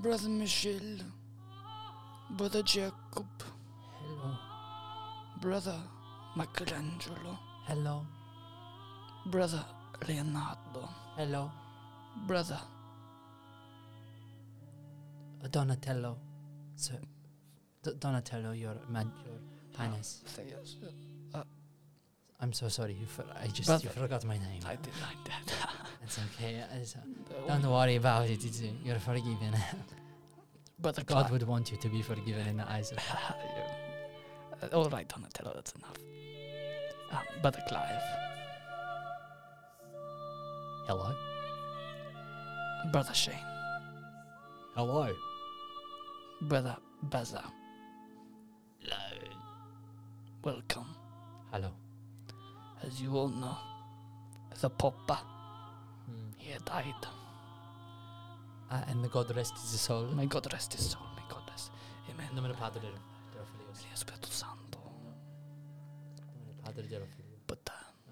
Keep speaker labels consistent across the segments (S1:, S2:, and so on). S1: Brother Michel, Brother Jacob,
S2: Hello.
S1: Brother Michelangelo,
S2: Hello.
S1: Brother Leonardo,
S2: Hello.
S1: Brother
S2: Uh, Donatello. Sir. D- Donatello, your, man, your highness.
S1: Oh. Theus.
S2: I'm so sorry. You for, I just
S1: Brother.
S2: you forgot my name.
S1: I did like that.
S2: It's okay. It's, uh,
S1: Oh,
S2: don't worry about it. It's, uh, you're forgiven.
S1: Brother
S2: God
S1: Clark.
S2: would want you to be forgiven in the eyes of
S1: Yeah. Uh, all right, Donatello, that's enough. Ah, Brother Clive,
S2: Hello.
S1: Brother Shane,
S2: Hello.
S1: Brother Baza. Welcome.
S2: Hello.
S1: As you all know, the Popper,
S2: Mm.
S1: he had died.
S2: Uh, and the God rest his soul.
S1: May God rest his soul, may God rest. Amen.
S2: In nome del Padre, del del Figlio,
S1: Yes, Spiritus Santo.
S2: in nome del Padre, del Figlio.
S1: But uh,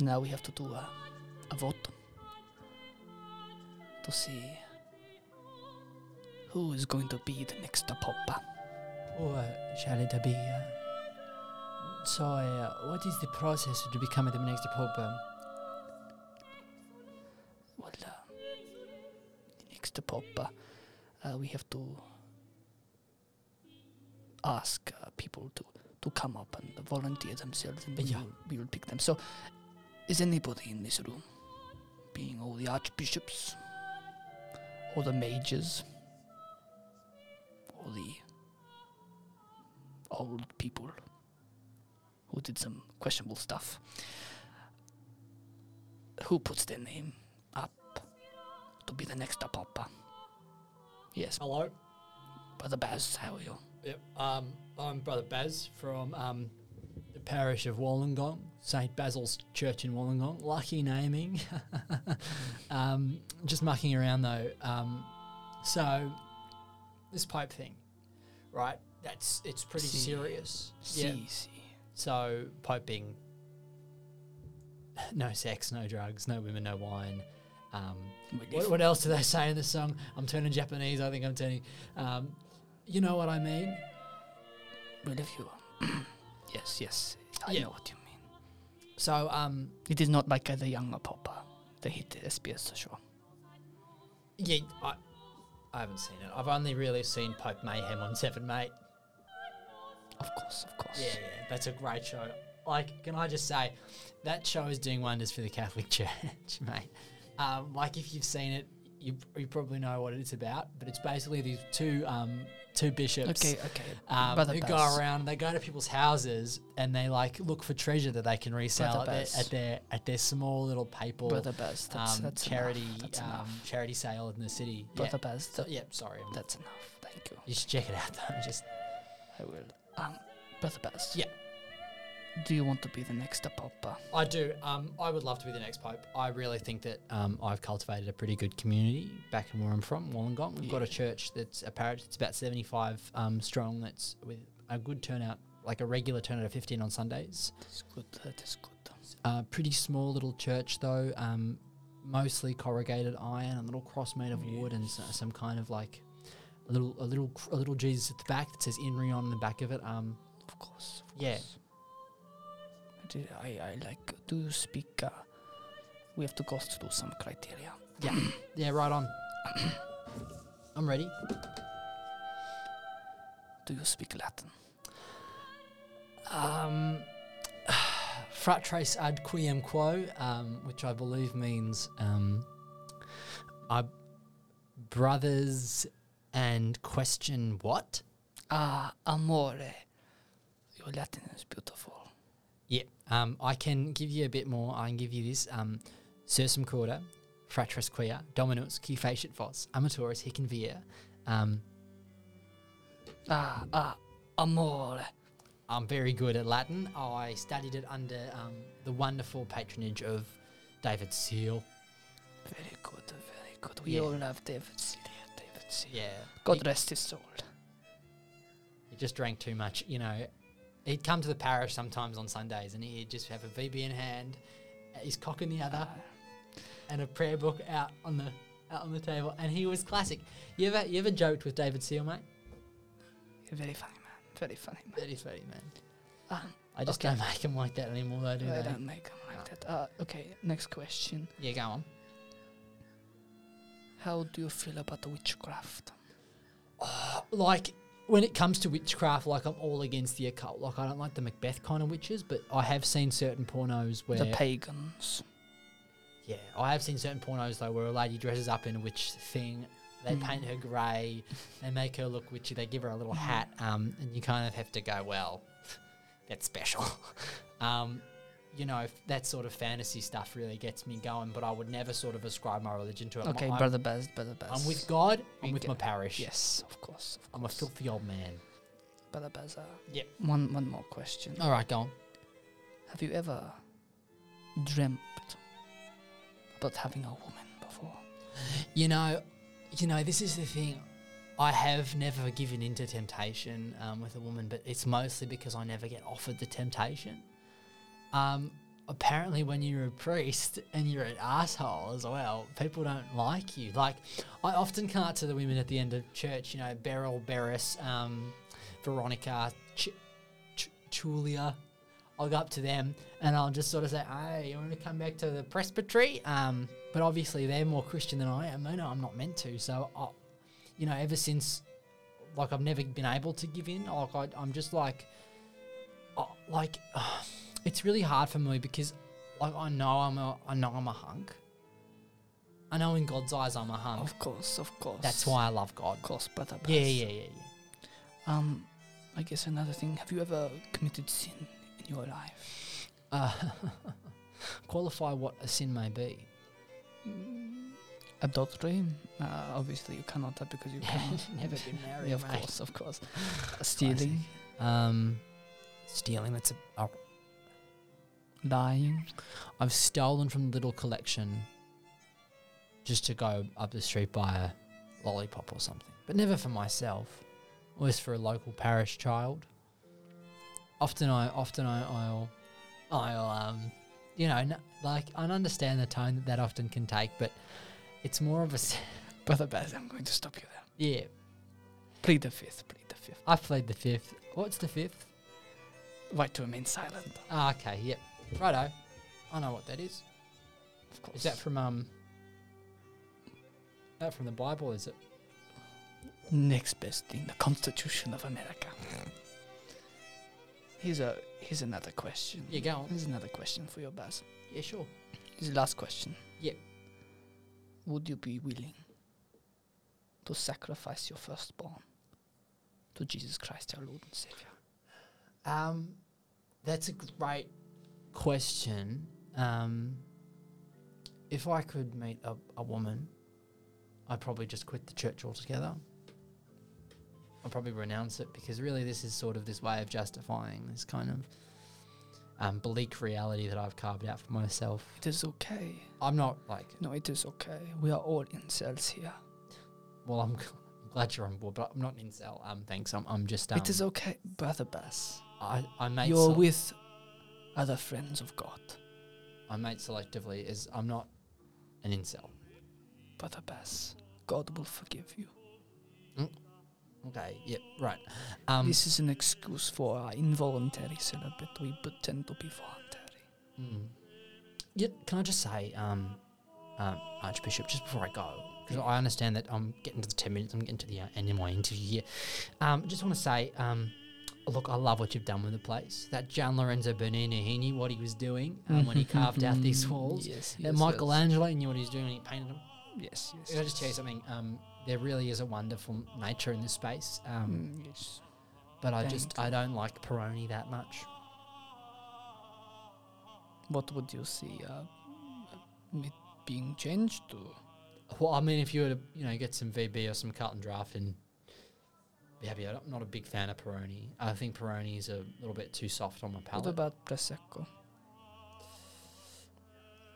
S1: now we have to do a, a vote to see who is going to be the next Popper.
S2: Oh, uh, shall it be? Uh, so, uh, what is the process to become the next pope? Um,
S1: Well, uh, the next Popper, uh, we have to ask uh, people to, to come up and volunteer themselves, and we,
S2: Yeah.
S1: will, we will pick them. So, is anybody in this room, being all the archbishops, or the majors, or the old people who did some questionable stuff? Who puts their name up to be the next Papa? Yes,
S3: Hello.
S1: Brother Baz, how are you?
S3: Yep. Um, I'm Brother Baz from um, the parish of Wollongong, St. Basil's Church in Wollongong. Lucky naming. um, just mucking around though. Um, so, this Pope thing, right? That's it's pretty
S1: See.
S3: serious. Yeah.
S1: See, see.
S3: So, Pope being no sex, no drugs, no women, no wine. Um, What, what else do they say in the song? I'm turning Japanese. I think I'm turning. Um, you know what I mean?
S1: Well, if you. yes, yes. I
S3: Yeah.
S1: know what you mean.
S3: So, um,
S1: It is not like uh, the younger Popper, the hit SBS show.
S3: yeah, I, I haven't seen it. I've only really seen Pope Mayhem on Seven, mate.
S1: Of course, of course.
S3: Yeah, yeah, that's a great show. Like, can I just say, that show is doing wonders for the Catholic Church, mate. Um, like, if you've seen it, you, you probably know what it's about. But it's basically these two um, two bishops.
S1: Okay, okay.
S3: um,
S1: Brother
S3: who
S1: Baz.
S3: go around. They go to people's houses and they like look for treasure that they can resell at
S1: Brother
S3: their,
S1: Baz.
S3: at their at their small little papal
S1: Brother Baz, that's,
S3: um,
S1: that's
S3: charity
S1: Enough. That's
S3: um,
S1: enough.
S3: charity sale in the city.
S1: Brother
S3: yeah.
S1: Baz,
S3: So,
S1: that-
S3: yeah, sorry. I'm-
S1: that's enough. Thank you.
S3: You should check it out though. Just
S1: I will. Um, Brother Baz.
S3: Yeah.
S1: Do you want to be the next Popper?
S3: I do. Um, I would love to be the next pope. I really think that um, I've cultivated a pretty good community back in where I'm from, Wollongong. We've got a church that's a parish that's about 75 um, strong. That's with a good turnout, like a regular turnout of 15 on Sundays.
S1: That's good. That is good.
S3: Uh, pretty small little church though, um, mostly corrugated iron, a little cross made of wood, and s- some kind of like a little a little cr- a little Jesus at the back that says Inri on the back of it. Um,
S1: Of course. Of
S3: Yeah.
S1: course. I did- I, I like. Do you speak? Uh, we have to go through some criteria.
S3: yeah, right on. I'm ready.
S1: Do you speak Latin?
S3: Um, frat trace ad quiem quo, um, which I believe means um, I brothers and question what?
S1: Ah, amore. Your Latin is beautiful.
S3: Yeah, um, I can give you a bit more. I can give you this. Um, Sursum corda, fratris quia, dominus, qui facit vos, amatoris hic in via. Um,
S1: Ah, ah, amore.
S3: I'm very good at Latin. I studied it under um, the wonderful patronage of David Seal.
S1: Very good, very good. We
S3: Yeah.
S1: all love David Seeley, David Seeley.
S3: Yeah.
S1: God rest his soul.
S3: He just drank too much, you know. He'd come to the parish sometimes on Sundays and he'd just have a
S1: Ah.
S3: VB in hand, his cock in the other, and a prayer book out on the out on the table, and he was classic. You ever you ever joked with David Seal, mate?
S1: You're very funny, man. Very funny, man.
S3: That is funny, man.
S1: Um,
S3: I just
S1: Okay.
S3: don't make him like that anymore, though, do
S1: I
S3: they?
S1: don't make 'em like that. Uh, okay, next question.
S3: Yeah, go on.
S1: How do you feel about witchcraft?
S3: Oh, Like when it comes to witchcraft, like I'm all against the occult. Like I don't like the Macbeth kind of witches, but I have seen certain pornos where
S1: The pagans.
S3: Yeah, I have seen certain pornos though where a lady dresses up in a witch thing. They
S1: Mm.
S3: paint her grey, they make her look witchy, they give her a little
S1: Hmm.
S3: hat, um, and you kind of have to go, well, that's special. um, you know, if that sort of fantasy stuff really gets me going, but I would never sort of ascribe my religion to it. I'm-
S1: Okay,
S3: I'm,
S1: brother Baz, brother Baz.
S3: I'm with God, I'm
S1: We
S3: with
S1: get
S3: my
S1: it.
S3: parish.
S1: Yes, of course. Of
S3: I'm a
S1: course.
S3: filthy old man.
S1: Brother Baz. uh,
S3: Yep.
S1: One, one more question.
S3: All right, go on.
S1: Have you ever dreamt about having a woman before?
S3: You know, you know, this is the thing. I have never given in to temptation um, with a woman, but it's mostly because I never get offered the temptation. Um, apparently, when you're a priest and you're an asshole as well, people don't like you. Like, I often cart to the women at the end of church, you know, Beryl, Beres, um, Veronica, Ch- Ch- Chulia. I'll go up to them and I'll just sort of say, hey, you want to come back to the presbytery? Um, but obviously, they're more Christian than I am. They know I'm not meant to. So, I, you know, ever since, like, I've never been able to give in. Like, I, I'm just like, oh, like, it's really hard for me because, like, I know I'm a, I know I'm a hunk. I know in God's eyes I'm a hunk.
S1: Of course, of course.
S3: Um, That's why I love God.
S1: Of course, brother Baz.
S3: Yeah, yeah, yeah, yeah.
S1: Um, I guess another thing. Have you ever committed sin in your life?
S3: Uh, qualify what a sin may be.
S1: Adultery? Mm. Uh, obviously, you cannot uh, because you cannot.
S3: Never been married,
S1: yeah, of
S3: mate.
S1: course, of course. Stealing,
S3: Um, stealing. That's a. a-
S1: lying.
S3: I've stolen from the little collection just to go up the street buy a lollipop or something, but never for myself. Always for a local parish child. Often I, often I, I'll, I'll, um, you know, n- like I understand the tone that that often can take, but it's more of a, s-
S1: Brother Baz, I'm going to stop you there.
S3: yeah.
S1: Plead the fifth, plead the fifth.
S3: I've played the fifth. What's the fifth?
S1: Right to remain silent,
S3: Ah, okay, yep. Righto. I know what that is.
S1: of course.
S3: Is that from um? That from the Bible? Is it?
S1: Next best thing, the Constitution of America. here's a here's another question.
S3: Yeah, go on.
S1: Here's another question for your Baz.
S3: Yeah, sure.
S1: Here's the last question.
S3: Yep.
S1: Would you be willing to sacrifice your firstborn to Jesus Christ, our Lord and Savior?
S3: Um, that's a great question. Um, if I could meet a, a woman, I'd probably just quit the church altogether. I'd probably renounce it because really this is sort of this way of justifying this kind of um, bleak reality that I've carved out for myself.
S1: It is okay.
S3: I'm not like
S1: No, it is okay. We are all in cells here.
S3: Well, I'm g- glad you're on board, but I'm not an incel. Um, thanks. I'm, I'm just. Um,
S1: it is okay, brother Bass.
S3: I, I mate.
S1: You're
S3: sel-
S1: with other friends of God,
S3: I mate selectively. Is I'm not an incel.
S1: brother Bass. God will forgive you.
S3: Okay. Yep. Right. Um.
S1: this is an excuse for our involuntary celibate. We pretend to be voluntary.
S3: mm. Yep. Can I just say, um, um, Archbishop, just before I go, because I understand that I'm getting to the ten minutes. I'm getting to the uh, end of my interview here. Um, just want to say, um. Look, I love what you've done with the place. That Gian Lorenzo Bernini, what he was doing um, when he carved out these walls. uh,
S1: Yes,
S3: That Michelangelo knew what he was doing when he painted them.
S1: Yes, yes.
S3: Can I just tell you something? Um, there really is a wonderful nature in this space, um,
S1: Mm, yes.
S3: but I
S1: thank
S3: just I don't like Peroni that much.
S1: What would you see uh, it being changed to?
S3: Well, I mean, if you were to you know get some VB or some cut and draft and be happy, I'm not a big fan of Peroni. I think Peroni is a little bit too soft on my
S1: What
S3: palate.
S1: about Prosecco?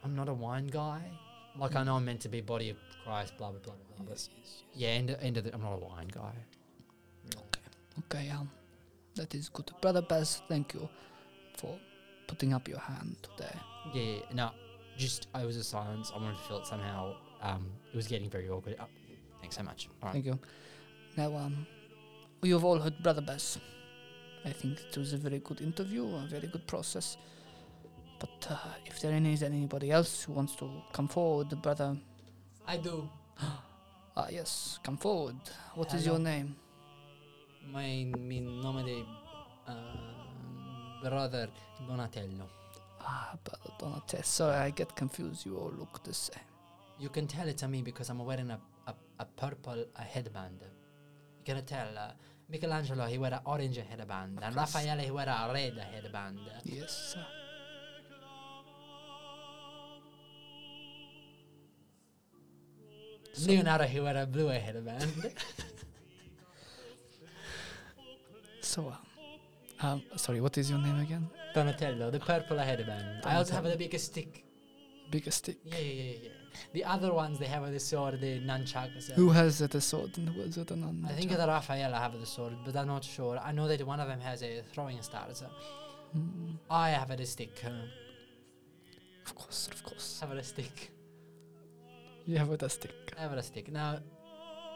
S3: I'm not a wine guy. Like I know I'm meant to be body of Christ, blah blah blah blah. blah but yeah, end of, end of the, I'm not a wine guy. Really.
S1: Okay, um, that is good. Brother Baz, thank you for putting up your hand today.
S3: Yeah, yeah, no, just I was a silence. I wanted to feel it somehow.
S4: um, it was getting very awkward. Oh, thanks so much. All right.
S1: Thank you. Now, um, you've all heard Brother Bass. I think it was a very good interview, a very good process. But uh, if there any- is anybody else who wants to come forward, Brother,
S3: I do.
S1: ah, yes, come forward. What is
S3: Hello.
S1: your name?
S3: My mi nome di brother Donatello.
S1: Ah, Brother Donatello. Sorry, I get confused. You all look the same.
S3: You can tell it's a me because I'm wearing a, a, a purple uh, headband. You can tell. Uh, Michelangelo, he wear an orange headband. And
S1: course.
S3: Raphael, he wear a red headband.
S1: Yes, sir. So-
S3: Leonardo, he wear a blue headband.
S1: So, um, um, sorry, what is your name again?
S3: Donatello, the purple headband. I also have the biggest stick.
S1: Biggest stick.
S3: Yeah, yeah, yeah, yeah. The other ones, they have the sword, the nunchucks. uh,
S1: Who has that sword and who has that another?
S3: I think that Raphael have the sword, but I'm not sure. I know that one of them has a throwing star. So
S1: Mm,
S3: I have a stick. uh,
S1: of course, of course.
S3: Have a stick.
S1: You have a stick.
S3: I have a stick. Now,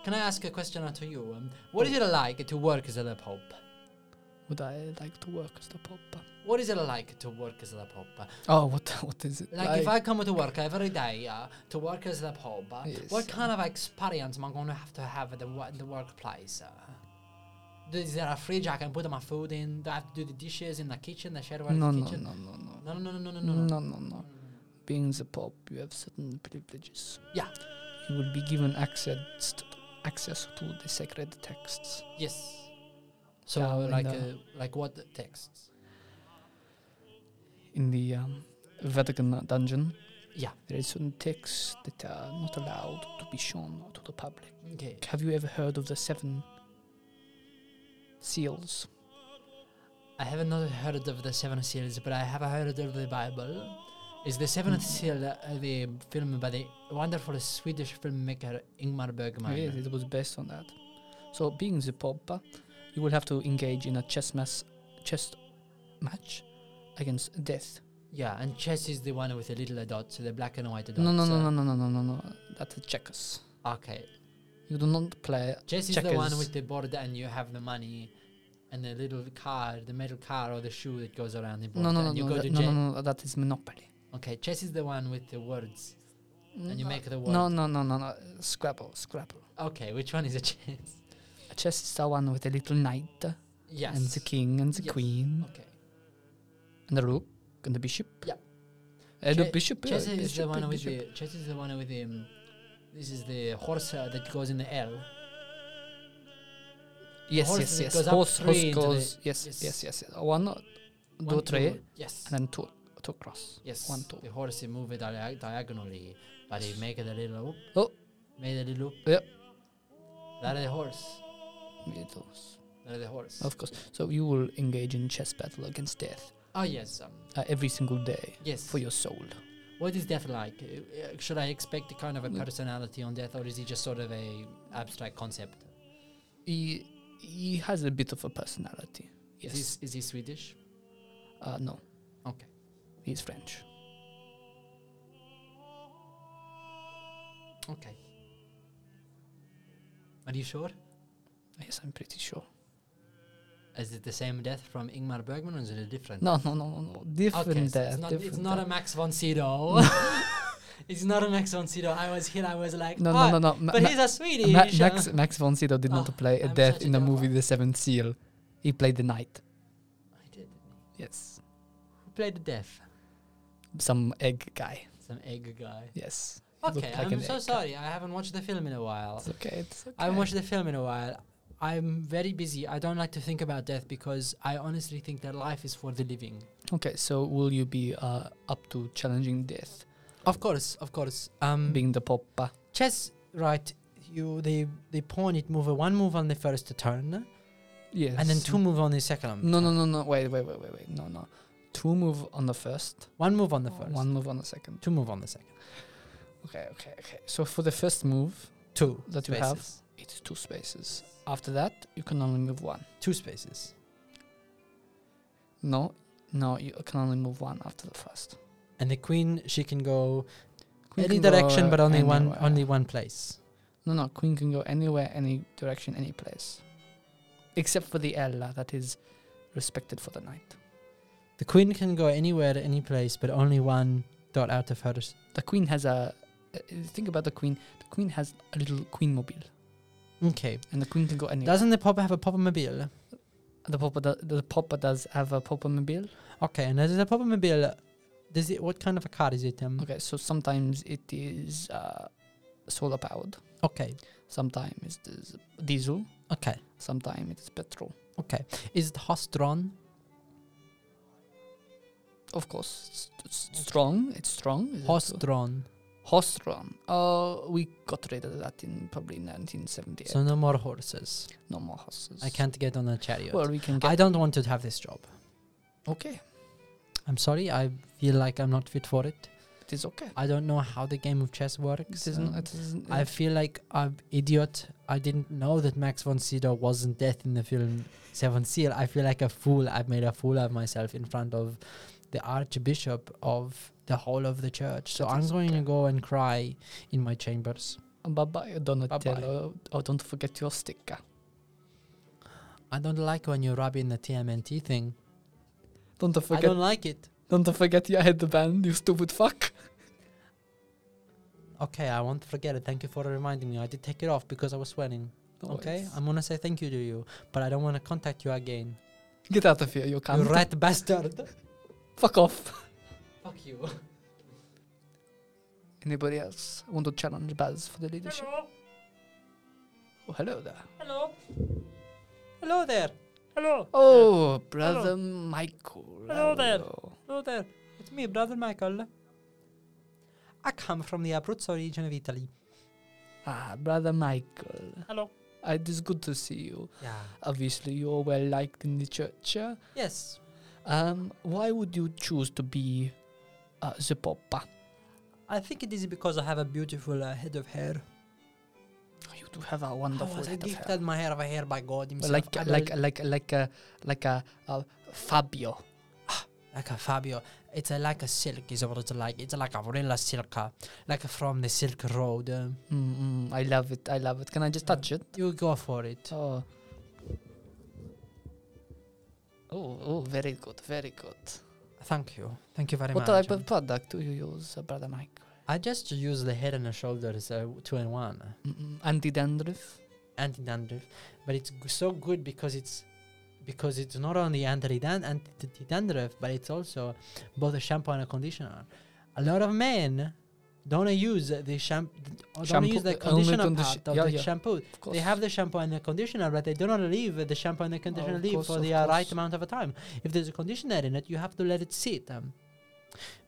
S3: can I ask a question unto you? Um, what is it like to work as the Pope?
S1: Would I like to work as the Pope?
S3: What is it like to work as the Pope?
S1: Oh, what what is it?
S3: Like, if I come to work every day uh, to work as the Pope, uh,
S1: Yes,
S3: what
S1: uh,
S3: kind of experience am I going to have to have at the, wo- the workplace? Uh, is there a fridge I can put my food in? Do I have to do the dishes in the kitchen, the shared
S1: no, no,
S3: kitchen?
S1: no, no, no,
S3: No, no, no, no, no, no, Mm.
S1: no,
S3: no.
S1: no, no, no. Being the Pope, you have certain privileges.
S3: Yeah.
S1: you will be given access to, access to the sacred texts.
S3: Yes. So
S1: Yeah, and,
S3: like
S1: uh,
S3: uh, like what texts?
S1: in the um, Vatican dungeon.
S3: Yeah.
S1: There is certain texts that are not allowed to be shown to the public.
S3: Okay.
S1: Have you ever heard of the seven seals?
S3: I have not heard of the seventh seals, but I have heard of the Bible. Is the seventh
S1: Mm.
S3: seal uh, the film by the wonderful Swedish filmmaker Ingmar Bergman?
S1: Yes, it was based on that. So, being the Pope, you will have to engage in a chess mass, chess match against death.
S3: Yeah, and chess is the one with the little dots, the black and white dots.
S1: No, no, no, no,
S3: uh,
S1: no, no, no, no, no. That's checkers.
S3: Okay,
S1: You do not play.
S3: chess is the one
S1: Checkers.
S3: with the board and you have the money and the little car, the metal car or the shoe that goes around the board.
S1: No, no, no,
S3: and you
S1: no,
S3: go
S1: that,
S3: to
S1: no,
S3: chess.
S1: no, no. That is Monopoly.
S3: Okay, chess is the one with the words. And you make the word.
S1: No, no, no, no, no. Scrabble, Scrabble.
S3: Okay, which one is a chess?
S1: A chess is the one with the little knight uh,
S3: Yes.
S1: and the king and the
S3: Yes.
S1: queen
S3: Okay.
S1: and the rook and the bishop.
S3: Yeah.
S1: Uh, the
S3: Che-
S1: bishop. yeah,
S3: Chess is the
S1: bishop,
S3: one
S1: uh,
S3: with
S1: bishop.
S3: the chess is the one with the um, this is the horse uh, that goes in the L.
S1: Yes,
S3: horse
S1: yes,
S3: that
S1: yes.
S3: goes up
S1: Horse,
S3: three
S1: horse
S3: into the-
S1: goes. Yes,
S3: yes.
S1: yes, yes, yes. One, uh,
S3: One,
S1: two,
S3: two,
S1: three,
S3: Yes.
S1: and then two, two cross.
S3: yes.
S1: one, two.
S3: The horse he move it dia- diagonally, but he make it a little loop.
S1: Oh.
S3: Made a little loop.
S1: Yep.
S3: That is the horse.
S1: It goes.
S3: That is the horse.
S1: Of course. So you will engage in chess battle against death
S3: Oh yes. Um,
S1: uh, every single day
S3: yes.
S1: for your soul.
S3: What is death like? Uh, uh, Should I expect a kind of a
S1: Mm.
S3: personality on death, or is he just sort of a abstract concept?
S1: He he has a bit of a personality. Yes.
S3: Is he, is he Swedish?
S1: uh, no.
S3: Okay.
S1: He's French.
S3: Okay. Are you sure?
S1: Yes, I'm pretty sure.
S3: Is it the same death from Ingmar Bergman or is it a different?
S1: No, no, no, no, no. Different
S3: okay, so
S1: death.
S3: it's not,
S1: different uh,
S3: it's not
S1: death.
S3: a Max von Sydow. it's not a Max von Sydow. I was here. I was like,
S1: No,
S3: oh,
S1: no, no, no. Ma-
S3: but
S1: Ma-
S3: he's a Swedish.
S1: Ma- Max Max von Sydow did
S3: Ah,
S1: not play a
S3: I'm
S1: death
S3: such a
S1: in the movie
S3: devil.
S1: The Seventh Seal. He played the knight.
S3: I did.
S1: Yes,
S3: Who played the death?
S1: some egg guy.
S3: Some egg guy.
S1: Yes. He looked
S3: Okay,
S1: like
S3: I'm
S1: an
S3: so
S1: egg.
S3: sorry. I haven't watched the film in a while.
S1: It's okay. It's okay.
S3: I haven't watched the film in a while. I'm very busy. I don't like to think about death because I honestly think that life is for the living.
S1: Okay, so will you be uh, up to challenging death,
S3: Of course, of course. Um,
S1: being the poppa?
S3: chess, right? You the the pawn it move one move on the first turn,
S1: Yes.
S3: and then two move on the second.
S1: No, no, no, no. Wait, wait, wait, wait, wait. No, no. Two move on the first.
S3: One move on the first.
S1: One move on the second.
S3: Two move on the second.
S1: Okay, okay, okay. So for the first move,
S3: Two
S1: That you have?
S3: spaces.
S1: it's two spaces. After that, you can only move one.
S3: Two spaces.
S1: No, no, you can only move one after the first.
S3: And the queen, she can go
S1: Queen
S3: Any
S1: can go uh,
S3: direction, but only one
S1: anywhere.
S3: only one place.
S1: No, no, Queen can go anywhere, any direction, any place, except for the Ella that is respected for the night.
S3: The queen can go anywhere to any place, but only one dot out of her. s-
S1: The Queen has a. uh, Think about the Queen. The Queen has a little Queen mobile,
S3: Okay.
S1: and the Queen can go anywhere.
S3: Doesn't the Papa have a Papa mobile?
S1: the Papa, do, the Papa does have a Papa mobile.
S3: Okay, and does the Papa mobile? Does it? What kind of a car is it? Um,
S1: Okay, so sometimes it is uh, solar powered.
S3: okay.
S1: Sometimes it is diesel.
S3: Okay.
S1: Sometimes it is petrol.
S3: Okay. Is the horse drawn?
S1: Of course, it's, it's strong. It's strong. is it
S3: Horse
S1: so?
S3: drawn.
S1: Hostron. Uh, we got rid of that in probably 1978.
S3: So no more horses.
S1: no more horses.
S3: I can't get on a chariot.
S1: Well, we can get.
S3: I don't want to have this job.
S1: okay,
S3: I'm sorry. I feel like I'm not fit for it.
S1: it is okay.
S3: I don't know how the game of chess
S1: It
S3: works.
S1: is. Not,
S3: um,
S1: it uh, is.
S3: I feel like I'm idiot. I didn't know that Max von Sydow wasn't dead in the film Seven Seal. I feel like a fool. I've made a fool of myself in front of the Archbishop of the whole of the church. So
S1: That
S3: I'm
S1: is
S3: going to
S1: okay.
S3: go and cry in my chambers.
S1: bye bye, Donatello. Oh, don't forget your sticker.
S3: I don't like when you rub in the TMNT thing.
S1: Don't
S3: I
S1: forget.
S3: don't
S1: Don't,
S3: like it.
S1: forget your headband. You stupid fuck.
S3: Okay, I won't forget it. Thank you for reminding me. I did take it off because I was sweating.
S1: No
S3: Okay,
S1: worries.
S3: I'm gonna say thank you to you, but I don't want to contact you again.
S1: Get out of here. You can't.
S3: You rat bastard.
S1: Fuck off.
S3: Fuck you.
S1: Anybody else want to challenge Baz for the leadership? Hello. Oh, hello there.
S3: Hello there.
S4: Hello.
S1: Oh, brother Michael.
S4: Hello there.
S1: Hello.
S3: Hello there. It's me, brother Michael. I come from the Abruzzo region of Italy.
S1: Ah, brother Michael.
S4: Hello.
S1: Uh, It is good to see you.
S3: Yeah.
S1: Obviously, you're well liked in the church. uh,
S3: Yes.
S1: Um, why would you choose to be uh, the Papa?
S3: I think it is because I have a beautiful uh, head of hair.
S1: You do have a
S3: I
S1: wonderful
S3: was
S1: head of hair.
S3: gifted my hair of hair by God himself.
S1: Like,
S3: I
S1: like,
S3: will-
S1: like, like a, like a, a Fabio.
S3: like a Fabio. It's uh, like a silk. Is what it's like. It's like a real silk, uh, like from the Silk Road. uh.
S1: Mm-mm, Mm, I love it. I love it. Can I just touch it?
S3: you go for it.
S1: Oh. Oh, oh, very good, very good.
S3: Thank you. Thank you very
S1: What
S3: much.
S1: type of product do you use, uh, Brother Mike?
S3: I just use the head and the shoulders, uh, two in one.
S1: Mm-mm, anti-dandruff?
S3: anti-dandruff, but it's g- so good because it's because it's not only anti-dan- anti-dandruff, but it's also both a shampoo and a conditioner. A lot of men don't use the shampoo, don't
S1: Shampoo-
S3: use the
S1: only
S3: conditioner
S1: condi-
S3: part of
S1: yeah,
S3: the
S1: yeah.
S3: shampoo.
S1: Of course.
S3: They have the shampoo and the conditioner, but they do not leave the shampoo and the conditioner
S1: of
S3: leave
S1: course,
S3: for
S1: of
S3: the uh, right
S1: course.
S3: amount of a time. If there's a conditioner in it, you have to let it sit. Um,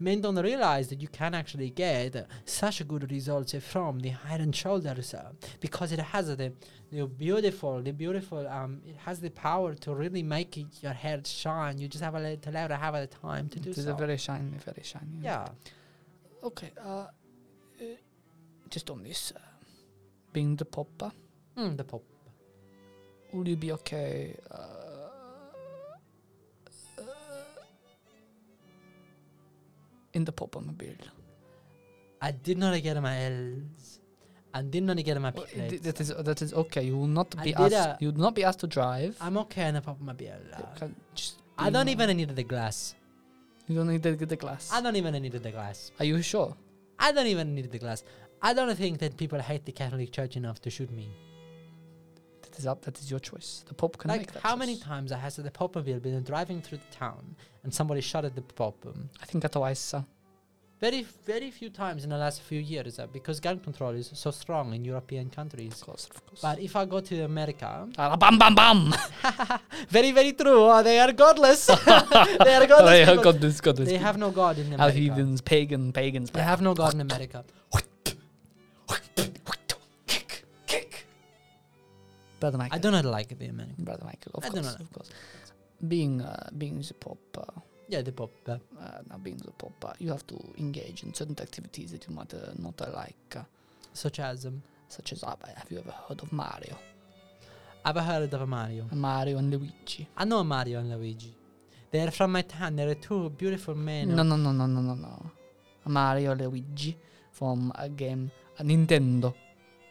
S3: men don't realize that you can actually get uh, such good results uh, from the head and shoulders uh, because it has the, the beautiful, the beautiful. Um, it has the power to really make it- your hair shine. You just have a little, have a little time to do
S1: Mm, It is
S3: so.
S1: a very shiny, very shiny.
S3: yeah.
S1: Okay, uh, uh, just on this, uh, being the popper,
S3: Mm, the pop.
S1: will you be okay? Uh, in the popper mobile.
S3: I did not get my L's. I did not get my
S1: Well,
S3: P
S1: th-
S3: plates.
S1: that is that is okay. You will not
S3: I
S1: be
S3: did a-
S1: asked. You will not be asked to drive.
S3: I'm okay on the pop my bill.
S1: You can Uh, just be
S3: I don't
S1: normal.
S3: even need the glass.
S1: You don't need to get the glass.
S3: I don't even need the glass.
S1: Are you sure?
S3: I don't even need the glass. I don't think that people hate the Catholic Church enough to shoot me.
S1: That is up. That is your choice. The Pope can
S3: Like
S1: make that.
S3: how many
S1: choice.
S3: times I has the Popmobile been driving through the town and somebody shot at the Pope? Um,
S1: I think twice. Uh,
S3: Very, very few times in the last few years uh, because gun control is so strong in European countries.
S1: of course, of course.
S3: But if I go to America,
S1: Ah, bam, bam, bam.
S3: very, very true. uh, they are godless. they are godless.
S1: They
S3: people.
S1: got Oh, this, got this.
S3: they have uh, no god in
S1: How
S3: America.
S1: heathens, pagan, pagans.
S3: They have no god in America.
S1: Brother Michael.
S3: I do not like the American.
S1: Brother Michael, of
S3: I don't
S1: course,
S3: know.
S1: of course. Being uh, being the pop, uh,
S3: Yeah, the pop. uh,
S1: uh, now being the pop, uh, you have to engage in certain activities that you might uh, not uh, like, uh,
S3: such as um,
S1: such as uh, have you ever heard of Mario?
S3: I've heard of Mario.
S1: Mario and Luigi.
S3: I know Mario and Luigi. They are from my town. They are two beautiful men.
S1: No, no, no, no, no, no, no. Mario Luigi from a game, a Nintendo.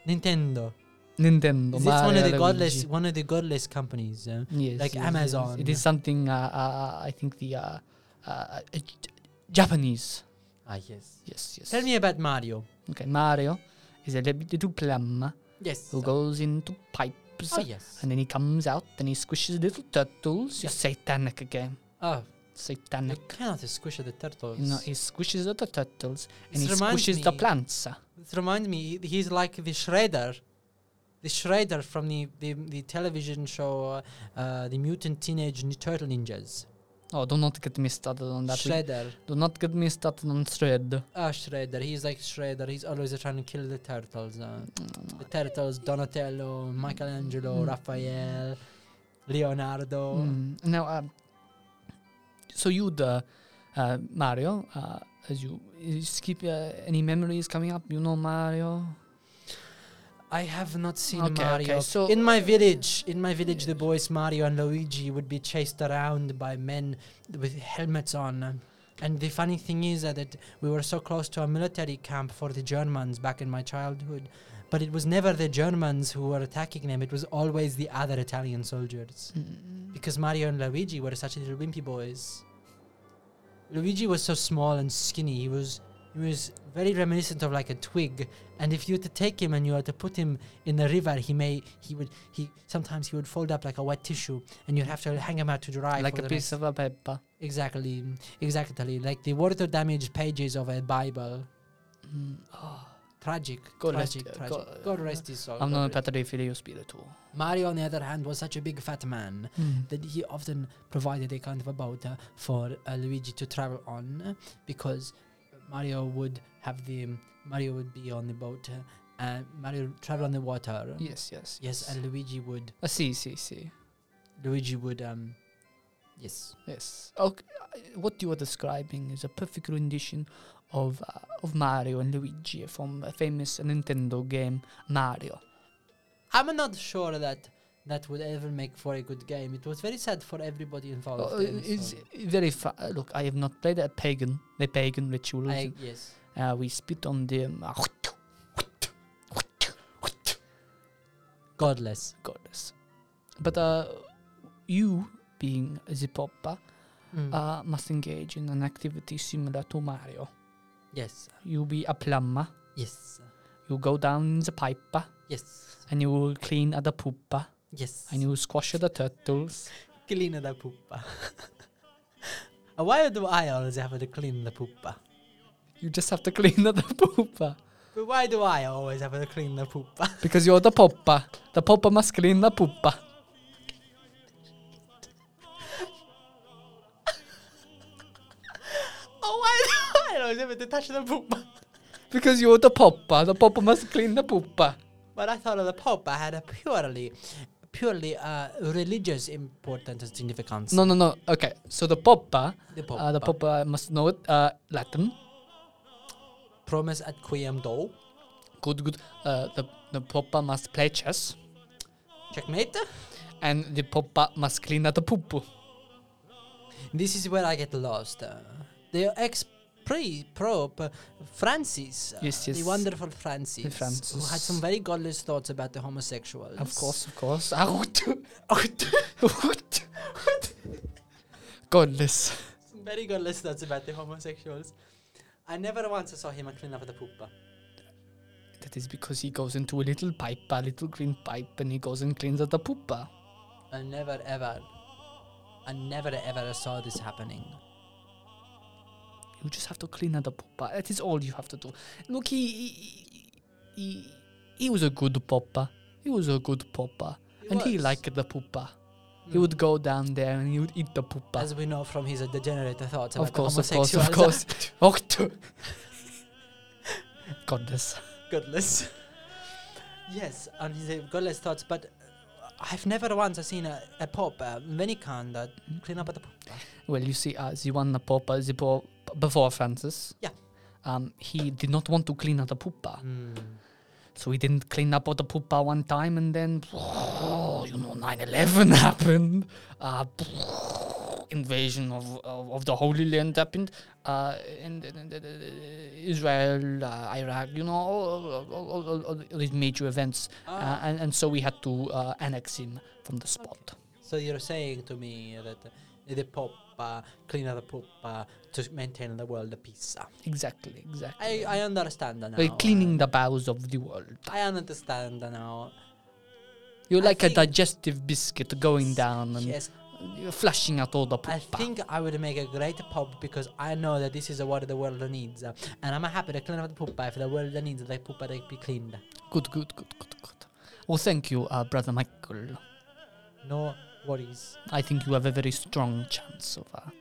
S3: Nintendo.
S1: Nintendo.
S3: Is this
S1: Mario
S3: one of the
S1: Luigi.
S3: godless one of the godless companies? Uh,
S1: Yes,
S3: like
S1: yes,
S3: Amazon.
S1: yes. It is something. Uh, uh, I think the uh, uh, uh, J- Japanese.
S3: ah yes.
S1: Yes, yes.
S3: Tell me about Mario.
S1: Okay, Mario is a li- little plum
S3: Yes.
S1: who goes into pipes,
S3: Oh yes.
S1: and then he comes out and he squishes little turtles. It's satanic again.
S3: Oh, you
S1: Satanic.
S3: cannot squish the turtles.
S1: You know, he squishes the turtles and
S3: This
S1: he
S3: reminds
S1: squishes the
S3: me-
S1: plants.
S3: It reminds me, he- he's like the Shredder, the Shredder from the the, the television show, uh, uh, the Mutant Teenage Ni- Turtle Ninjas.
S1: Oh, do not get me started on that. We-
S3: Shredder,
S1: Do not get me started on thread.
S3: ah Shredder, he's like Shredder. He's always trying to kill the turtles. Uh, the turtles, Donatello, Michelangelo,
S1: Mm.
S3: Raphael, Leonardo.
S1: Mm. Now, um, so you, the uh, Mario, uh, as you, you skip uh, any memories coming up, you know Mario.
S3: I have not seen
S1: Okay,
S3: Mario.
S1: okay, so-
S3: in my village, in my village, the boys Mario and Luigi would be chased around by men with helmets on. And the funny thing is that it- we were so close to a military camp for the Germans back in my childhood, but it was never the Germans who were attacking them. It was always the other Italian soldiers because Mario and Luigi were such little wimpy boys. Luigi was so small and skinny. He was he was very reminiscent of like a twig. And if you were to take him and you were to put him in the river, he may he would he sometimes he would fold up like a wet tissue, and you'd have to hang him out to dry.
S1: like
S3: for
S1: a
S3: the
S1: piece of
S3: rest-
S1: a paper.
S3: exactly exactly like the water damaged pages of a Bible.
S1: Mm. Oh,
S3: Tragic,
S1: God rest-
S3: tragic,
S1: uh,
S3: tragic.
S1: God-
S3: God, rest his soul.
S1: I'm
S3: God
S1: not a
S3: rest-
S1: paterifilio spiritual.
S3: Mario, on the other hand, was such a big fat man. that he often provided a kind of a boat uh, for uh, Luigi to travel on uh, because Mario would have the Mario would be on the boat uh, and Mario would travel on the water.
S1: Yes, yes,
S3: Yes, and Luigi would
S1: Uh, see, see, see.
S3: Luigi would um yes.
S1: Yes. Okay. uh, What you are describing is a perfect rendition of uh, of Mario and Luigi from a famous Nintendo game, Mario.
S3: I'm not sure that that would ever make for a good game. It was very sad for everybody involved.
S1: Uh,
S3: in
S1: it's
S3: this one.
S1: very fa- uh, look. I have not played a pagan, the pagan rituals.
S3: I, yes.
S1: Uh, we spit on them. Uh,
S3: Godless.
S1: goddess. But uh, you, being the poppa,
S3: Mm.
S1: uh, must engage in an activity similar to Mario.
S3: yes.
S1: You be a plumber.
S3: Yes.
S1: You go down in the pipe,
S3: Yes.
S1: and you will clean at the pooper,
S3: Yes.
S1: and you squash the turtles.
S3: Clean the poopa. why do I always have to clean the poopa?
S1: You just have to clean at the pooper
S3: But why do I always have to clean the poopa?
S1: because you're the poppa. The poppa must clean the pooper.
S3: oh, why do I always have to touch the poopa?
S1: Because you're the poppa. The poppa must clean the pooper.
S3: But I thought of the poopa had a purely, purely uh, religious importance and significance.
S1: No, no, no. Okay. So the poppa,
S3: The poopa.
S1: uh, the poppa must know it, uh, Latin.
S3: Promise at quiam do.
S1: Good, good. Uh, the the poppa must play chess,
S3: Checkmate.
S1: and the poppa must clean at the poopoo.
S3: This is where I get lost. Uh, the ex pre prop uh, Francis, uh,
S1: Yes,
S3: the
S1: yes.
S3: wonderful Francis, who had
S1: Francis.
S3: some very godless thoughts about the homosexuals.
S1: Of course, of course. Godless.
S3: some very godless thoughts about the homosexuals. I never once saw him clean up the poopa.
S1: That is because he goes into a little pipe, a little green pipe, and he goes and cleans at the poopa.
S3: I never ever, I never ever saw this happening.
S1: You just have to clean at the poopa. That is all you have to do. Look, he he, he, he was a good poppa. He was a good poppa, and he
S3: was.
S1: liked the poopa. He
S3: Mm.
S1: would go down there and he would eat the poopa.
S3: as we know from his uh, degenerate thoughts about
S1: Of course,
S3: the
S1: of course, of
S3: homosexuals.
S1: course. Oh, t- Goddess.
S3: godless. yes, on his uh, godless thoughts, but uh, I've never once seen a, a pop, uh, many kind that clean up at the pop.
S1: Well, you see, uh, the one the Papa, the po- before Francis.
S3: Yeah.
S1: Um, he did not want to clean up the poopa,
S3: Hmm.
S1: so he didn't clean up the poopa one oh, time, and then, you know, 9/11 happened. Uh, invasion of, of, of the Holy Land happened, uh, and, and, and, uh, Israel, uh, Iraq, you know, all, all, all, all, all these major events,
S4: Ah.
S1: uh, and, and so we had to uh, annex him from the spot.
S4: So you're saying to me that uh, the Pope uh, clean up the Pope uh, to maintain the world peace.
S1: Exactly, exactly.
S4: I, I understand now. Uh,
S1: We're cleaning the bowels of the world.
S4: I understand now.
S1: You're
S4: I
S1: like a
S4: think-
S1: digestive biscuit going down and
S4: Yes,
S1: you're flushing out all the poop.
S4: I think I would make a great pope because I know that this is what the world needs, and I'm happy to clean up the poop. If the world needs the poop, they be cleaned.
S1: Good, good, good, good, good. Well, thank you, uh, Brother Michael.
S4: No worries.
S1: I think you have a very strong chance of. Uh,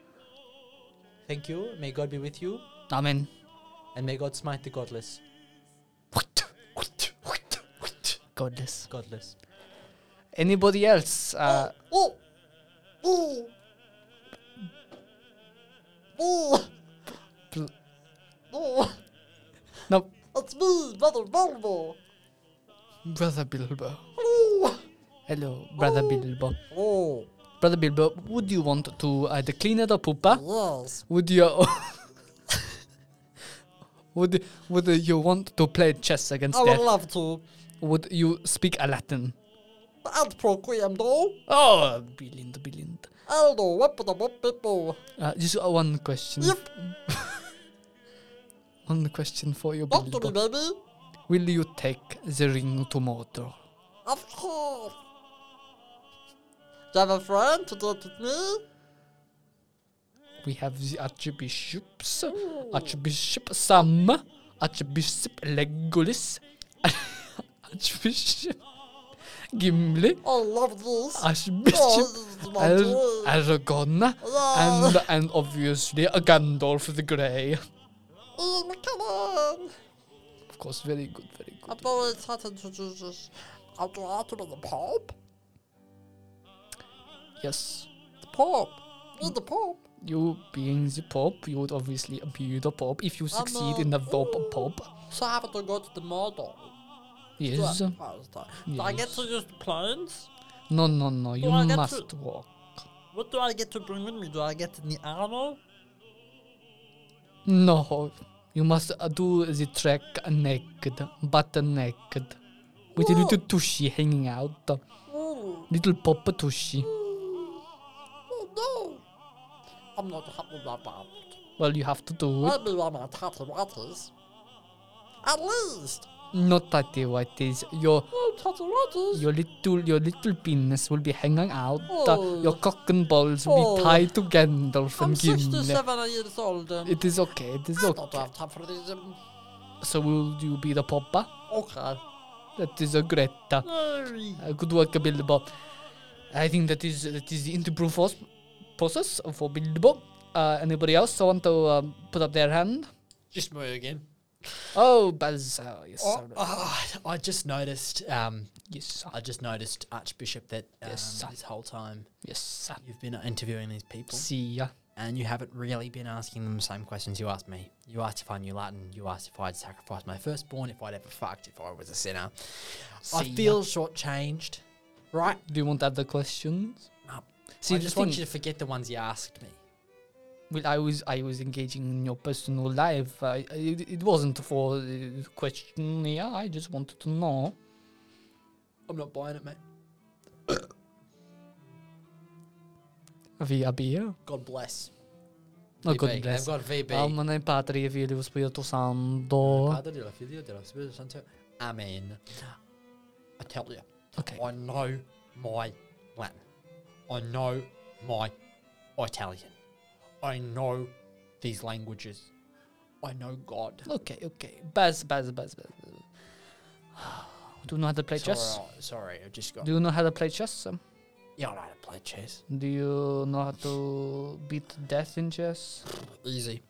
S4: Thank you. May God be with you,
S1: amen.
S4: and may God smite the godless.
S1: Goddess.
S4: Godless.
S1: Anybody else? Uh,
S4: Oh, oh, oh,
S1: Pl-
S4: oh!
S1: No.
S4: It's me, Brother Bulbo.
S1: Brother Bilbo.
S4: Oh,
S1: Hello, Brother Bilbo.
S4: oh,
S1: Brother Bilbo, would you want to either clean it or poopa?
S4: yes.
S1: Would you. would would you want to play chess against
S4: I would
S1: death?
S4: love to.
S1: Would you speak a Latin?
S4: I'd program though.
S1: Oh, brilliant, brilliant.
S4: I don't know what the what people.
S1: Uh, just uh, one question.
S4: Yep.
S1: one question for you,
S4: Not to me,
S1: Bilbo.
S4: baby.
S1: Will you take the ring tomorrow?
S4: Of course. Do you have a friend to date with me?
S1: We have the archbishops,
S4: Oh.
S1: Archbishop Sam, Archbishop Legolas, Archbishop Gimli,
S4: I love this. Oh,
S1: Archbishop
S4: this is my Ah.
S1: Ar-
S4: dream.
S1: Aragorn,
S4: Yeah.
S1: and and obviously uh, Gandalf the Grey.
S4: Um, come on.
S1: Of course, very good, very good.
S4: I'm very excited to do this. I'd like to be the Pope.
S1: Yes,
S4: The Pope. Be the Pope.
S1: you being the Pope, you would obviously be the Pope if you succeed in the Pope. Pope.
S4: So I have to go to the model.
S1: Yes.
S4: Do I, do I get to use the planes?
S1: No, no, no. You
S4: I get
S1: must walk.
S4: What do I get to bring with me? Do I get any armor?
S1: No, you must uh, do the trek naked, butt naked, with a little tushy hanging out,
S4: Ooh.
S1: little pop tushy.
S4: Oh no! I'm not happy about that.
S1: Well, you have to do it.
S4: Maybe I'm a tataratas. At least!
S1: Not that what is your
S4: No tataratas!
S1: your little your little penis will be hanging out.
S4: Oh.
S1: Uh, your cock and balls will
S4: Oh.
S1: be tied to Gandalf
S4: I'm
S1: and Gimli.
S4: 67 years old and
S1: It is okay. It is
S4: I don't
S1: okay.
S4: have time for this. um,
S1: So will you be the popper?
S4: Okay.
S1: That is a great. uh,
S4: Sorry.
S1: Uh, good work, Bilbo. I think that is that is the interview process process for Bilbo. Uh, anybody else want to um, put up their hand?
S3: Just me again.
S1: Oh, Baz. uh, yes,
S3: Oh,
S1: sir.
S3: ah, I just noticed. Um,
S1: yes, sir.
S3: I just noticed, Archbishop, that um,
S1: Yes.
S3: this whole time
S1: yes. sir.
S3: you've been interviewing these people,
S1: See ya.
S3: and you haven't really been asking them the same questions you asked me. You asked if I knew Latin. You asked if I'd sacrificed my firstborn, if I'd ever fucked, if I was a sinner. I
S1: See ya.
S3: feel shortchanged, right?
S1: Do you want other questions?
S3: No.
S1: See,
S3: I
S1: the
S3: just want
S1: thing-
S3: you to forget the ones you asked me.
S1: Well, I was I was engaging in your personal life. I, I- it, it wasn't for the question. Yeah, I just wanted to know.
S3: I'm not buying it, mate.
S1: Via beer.
S3: God bless.
S1: Oh,
S3: VB.
S1: God bless.
S3: They've got VB.
S1: Almanae Patria, Filio, Spirito Santo.
S3: Padre dello Figlio dello Spirito Santo. Amen. I tell you,
S1: Okay.
S3: I know my Latin. I know my Italian. I know these languages. I know God.
S1: Okay, okay. Buzz, buzz, buzz, buzz. buzz. Do you know how to play chess?
S3: Sorry, I- sorry, I just got.
S1: Do you know how to play chess? Um,
S3: yeah, I know how to play chess.
S1: Do you know how to beat death in chess?
S3: Easy.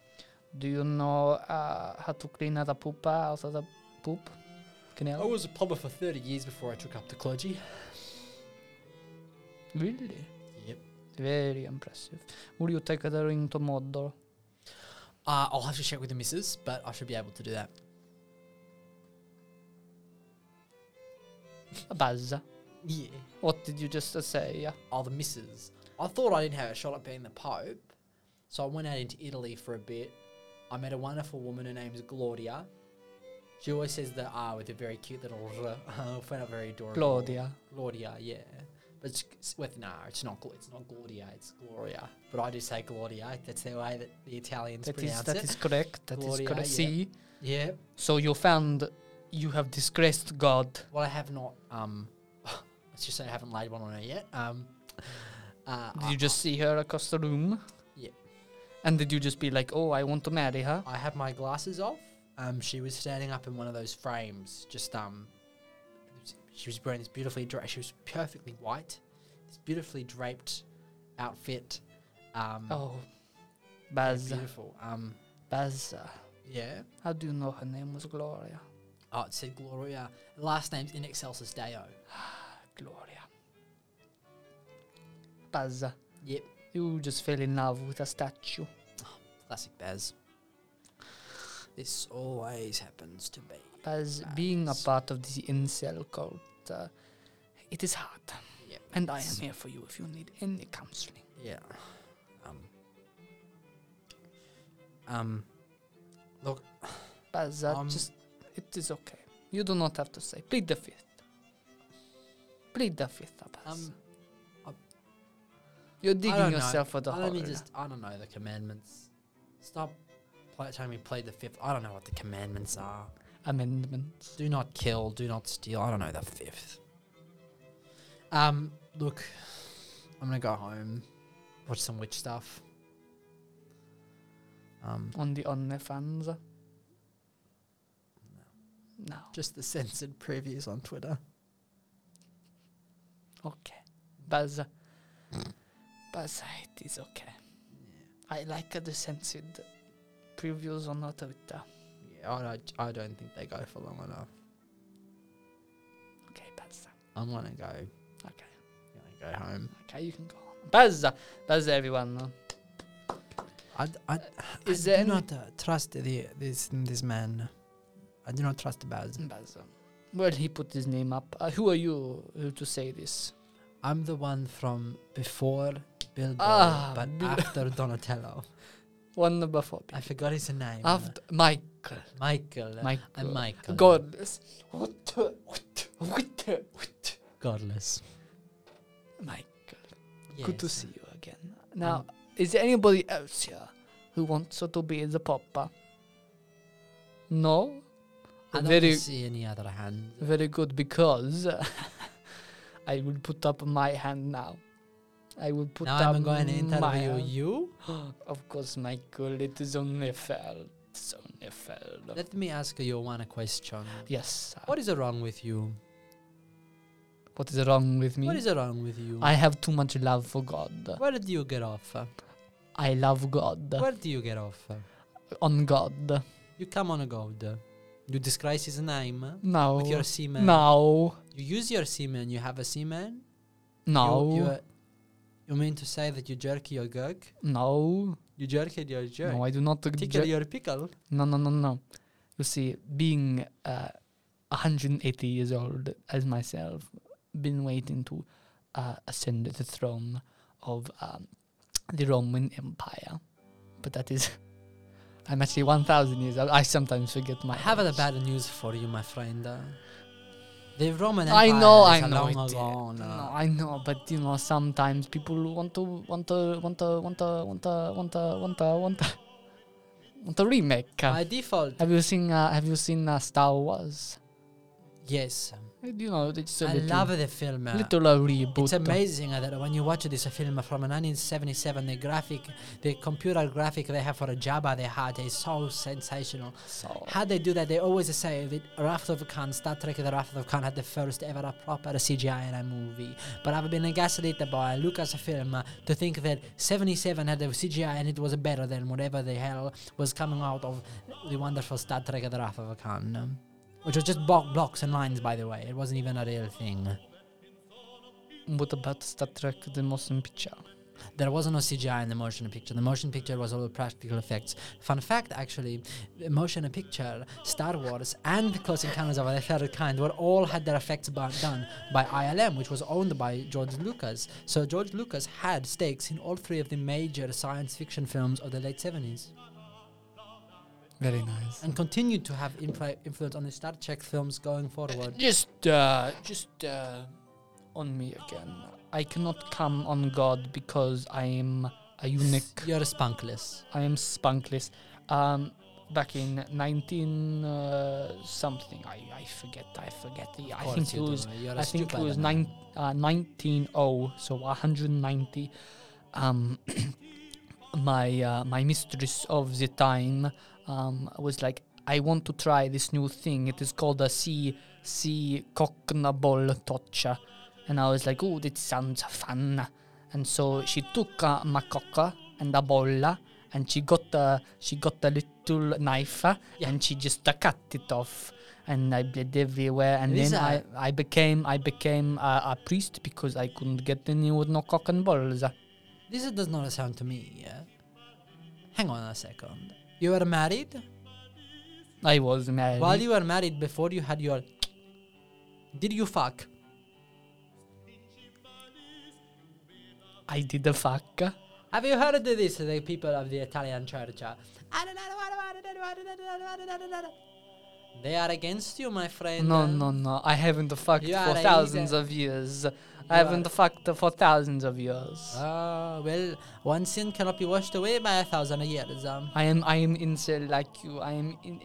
S1: Do you know uh, how to clean out the poop out of the poop? Can you
S3: I
S1: help?
S3: was a plumber for 30 years before I took up the clergy. Oh.
S1: Really?
S3: Yep.
S1: Very impressive. Will you take the ring to Mordor?
S3: Uh, I'll have to check with the missus, but I should be able to do that.
S1: Buzz,
S3: Yeah.
S1: what did you just uh, say?
S3: Oh, the missus. I thought I didn't have a shot at being the Pope, so I went out into Italy for a bit. I met a wonderful woman. Her name's Claudia. She always says the R with a very cute little R. I find it very adorable.
S1: Claudia.
S3: Claudia, yeah. But it's, it's with nah, it's not Gl- it's not Claudia, it's Gloria. But I do say Claudia. That's the way that the Italians
S1: That is
S3: pronounce
S1: that
S3: it.
S1: is correct. That is
S3: Gloria,
S1: correct.
S3: yeah.
S1: See,
S3: yeah.
S1: so you found you have disgraced God.
S3: Well, I have not. Um, let's just say I haven't laid one on her yet. Um, uh,
S1: Did
S3: I-
S1: you just see her across the room?
S3: Yeah.
S1: And did you just be like, "Oh, I want to marry her"?
S3: I had my glasses off. Um, she was standing up in one of those frames. Just um, she was wearing this beautifully draped. She was perfectly white. This beautifully draped outfit. Um,
S1: Oh,
S3: very
S1: Baz,
S3: beautiful. Um,
S1: Baz. uh,
S3: yeah.
S1: How do you know her name was Gloria?
S3: Oh, it said Gloria. Last name's in excelsis Deo.
S1: Gloria. Baz,
S3: Yep.
S1: you just fell in love with a statue.
S3: Classic Baz. This always happens to me.
S1: Baz, being a
S3: Baz.
S1: part of the incel cult, uh, it is hard.
S3: Yep.
S1: And I am
S3: It's-
S1: here for you if you need any counseling.
S3: Yeah. Um. Um. Look,
S1: Baz, uh,
S3: Um,
S1: just it is okay. You do not have to say. Plead the fifth. Plead the fifth, uh, Baz.
S3: um,
S1: You're
S3: I
S1: digging
S3: don't know.
S1: yourself for the
S3: I don't
S1: horror.
S3: mean just. I don't know the commandments. Stop play, telling me play the fifth. I don't know what the commandments are.
S1: Amendments.
S3: Do not kill. Do not steal. I don't know the fifth. Um. Look, I'm gonna go home, watch some witch stuff. Um.
S1: On the OnlyFans. No.
S3: Just the censored previews on Twitter.
S1: Okay. Buzz. Buzz, it is okay. I like the censored previews on Twitter.
S3: Yeah, I don't, I don't think they go for long enough.
S1: Okay, Buzz.
S3: I'm gonna go.
S1: Okay.
S3: Gonna go home.
S1: Okay, you can go on. Buzz! Buzz, everyone.
S3: I, I,
S1: Is
S3: I
S1: there
S3: do
S1: any-
S3: not uh, trust the, this this man. I do not trust Baz.
S1: Buzz. Well, he put his name up. Uh, who are you uh, to say this?
S3: I'm the one from before Bilbo,
S1: Ah,
S3: but
S1: Bil-
S3: after Donatello.
S1: One before me.
S3: I forgot his name.
S1: After Michael.
S3: Michael.
S1: Michael.
S3: I'm Michael.
S1: Godless. What? the- What? the- What? the-
S3: Godless.
S1: Michael. Good to
S3: Yes.
S1: see you again. Now, is there anybody else here who wants to be the popper? No?
S3: I don't
S1: Very,
S3: see any other hand.
S1: very good, because I will put up my hand now. I will put
S3: now
S1: up
S3: I'm going to
S1: my
S3: interview
S1: hand.
S3: you.
S1: Of course, Michael, it is only fair. It's only fair.
S3: Let me ask you one question.
S1: Yes. sir.
S3: What is wrong with you?
S1: what is wrong with me?
S3: What is wrong with you?
S1: I have too much love for God.
S3: Where do you get off?
S1: I love God.
S3: Where do you get off?
S1: On God.
S3: You come on a god. You disguise his name
S1: No.
S3: with your semen.
S1: No.
S3: You use your semen. You have a semen.
S1: No.
S3: You, you, uh, you mean to say that you jerk your gug?
S1: No,
S3: You jerk it, your jerk.
S1: no, I do not.
S3: Tickle
S1: Ju-
S3: your pickle.
S1: no, no, no, no. You see, being uh, 180 years old as myself, been waiting to uh, ascend the throne of um, the Roman Empire, but that is, I'm actually 1,000 years old. I sometimes forget my.
S3: I have
S1: age.
S3: a bad news for you, my friend. Uh, The Roman
S1: I
S3: Empire
S1: know,
S3: is
S1: I
S3: a
S1: know
S3: long
S1: it. uh, No,
S3: ago now.
S1: I know, but you know, sometimes people want to, want to, want to, want to, want to, want to, want to, want to, want to remake. uh,
S3: By default,
S1: Have you seen uh, Have you seen uh, Star Wars?
S3: yes.
S1: You know, it's a
S3: I
S1: little,
S3: love the film. uh,
S1: little uh, reboot.
S3: It's amazing uh, that when you watch this film from 1977, the graphic, the computer graphic they have for a Jabba they had is so sensational.
S1: So,
S3: How they do that, they always say that Wrath of Khan, Star Trek The Wrath of Khan had the first ever proper CGI in a movie. But I've been gaslit by Lucasfilm uh, to think that 77 had the CGI and it was better than whatever the hell was coming out of the wonderful Star Trek The Wrath of Khan. um, Which was just bo- blocks and lines, by the way. It wasn't even a real thing.
S1: what about Star Trek: The Motion Picture?
S3: There was no CGI in the motion picture. The motion picture was all practical effects. Fun fact, actually, the motion picture, Star Wars, and Close Encounters of the Third Kind were all had their effects bu- done by ILM, which was owned by George Lucas. So George Lucas had stakes in all three of the major science fiction films of the late 70s
S1: Very nice.
S3: and continued to have influ- influence on the Star Trek films going forward.
S1: Just, uh, just uh, on me again. I cannot come on God because I am a eunuch.
S3: You're spunkless.
S1: I am spunkless. Um, back in 19 uh, something, I, I forget, I forget. The,
S3: Of
S1: I
S3: course
S1: think it
S3: you do.
S1: was,
S3: You're a
S1: I think it
S3: stupid
S1: was
S3: man.
S1: nine, uh, 190, so 190. Um, my uh, my mistress of the time um, was like, I want to try this new thing. It is called a sea sea cocknabol tocha, and I was like, oh, that sounds fun. And so she took a macaca and a bolla, and she got a she got a little knife, uh,
S3: Yeah.
S1: and she just uh, cut it off. And I bled everywhere, and
S3: These
S1: then
S3: are-
S1: I, I became I became a, a priest because I couldn't get any with no cock and balls.
S3: This does not sound to me. Yeah? Hang on a second. You were married?
S1: I was married.
S3: While you were married, before you had your. Did you fuck?
S1: I did the fuck.
S3: Have you heard of this, the people of the Italian church? uh, They are against you, my friend.
S1: No, no, no. I haven't fucked
S3: You
S1: for
S3: are a
S1: thousands
S3: heathen.
S1: of years.
S3: You
S1: I haven't
S3: are-
S1: fucked for thousands of years.
S3: Ah, well, one sin cannot be washed away by a thousand years. Um,
S1: I am I am incel like you. I am in,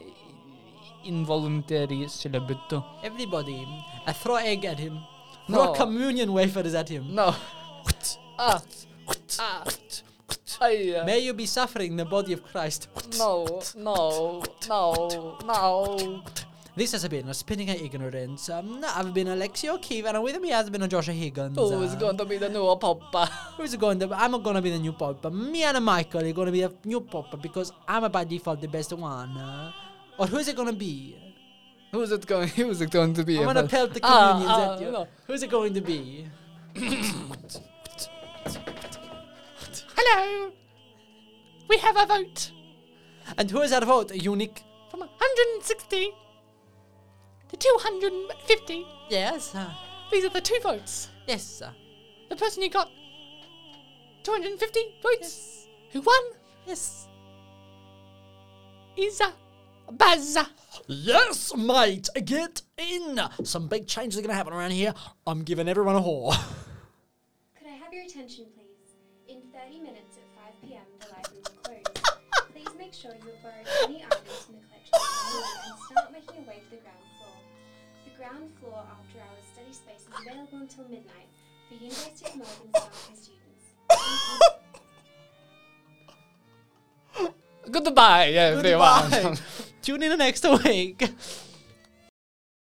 S1: involuntary celibate.
S3: everybody, I throw egg at him. Throw
S1: No.
S3: communion wafers at him.
S1: No. ah. ah. I, uh,
S3: May you be suffering the body of Christ.
S1: no, no, no, no.
S3: This has been a spinning of ignorance. Um, I've been Alexio Keefe, and with me has been Joshua Higgins. Uh,
S1: Who is going to be the new papa?
S3: Who's going to? I'm gonna be the new pop. Me and Michael are gonna be the new pop because I'm by default the best one. Uh, or who's it gonna be?
S1: Who's it going? Who's it going to be?
S3: I'm gonna
S1: about?
S3: pelt the
S1: Ah,
S3: communions
S1: ah,
S3: at you.
S1: no.
S3: Who's it going to be?
S1: Hello. We have a vote.
S3: And who is our vote? Unique.
S1: from 160 to 250.
S3: Yes. uh,
S1: These are the two votes.
S3: yes. uh,
S1: The person who got 250 votes, who won,
S3: Yes.
S1: is uh, Baz.
S3: Yes, mate. Get in. Some big changes are gonna happen around here. I'm giving everyone a whore.
S5: Could I have your attention, please? In 30 minutes at 5 p.m., the library will close. Please make sure you avoid any items from the collection and start making your way to the ground floor. The ground floor after hours study space is available until midnight for University of Melbourne staff and students.
S1: Goodbye, everyone.
S3: Goodbye. Tune in next week.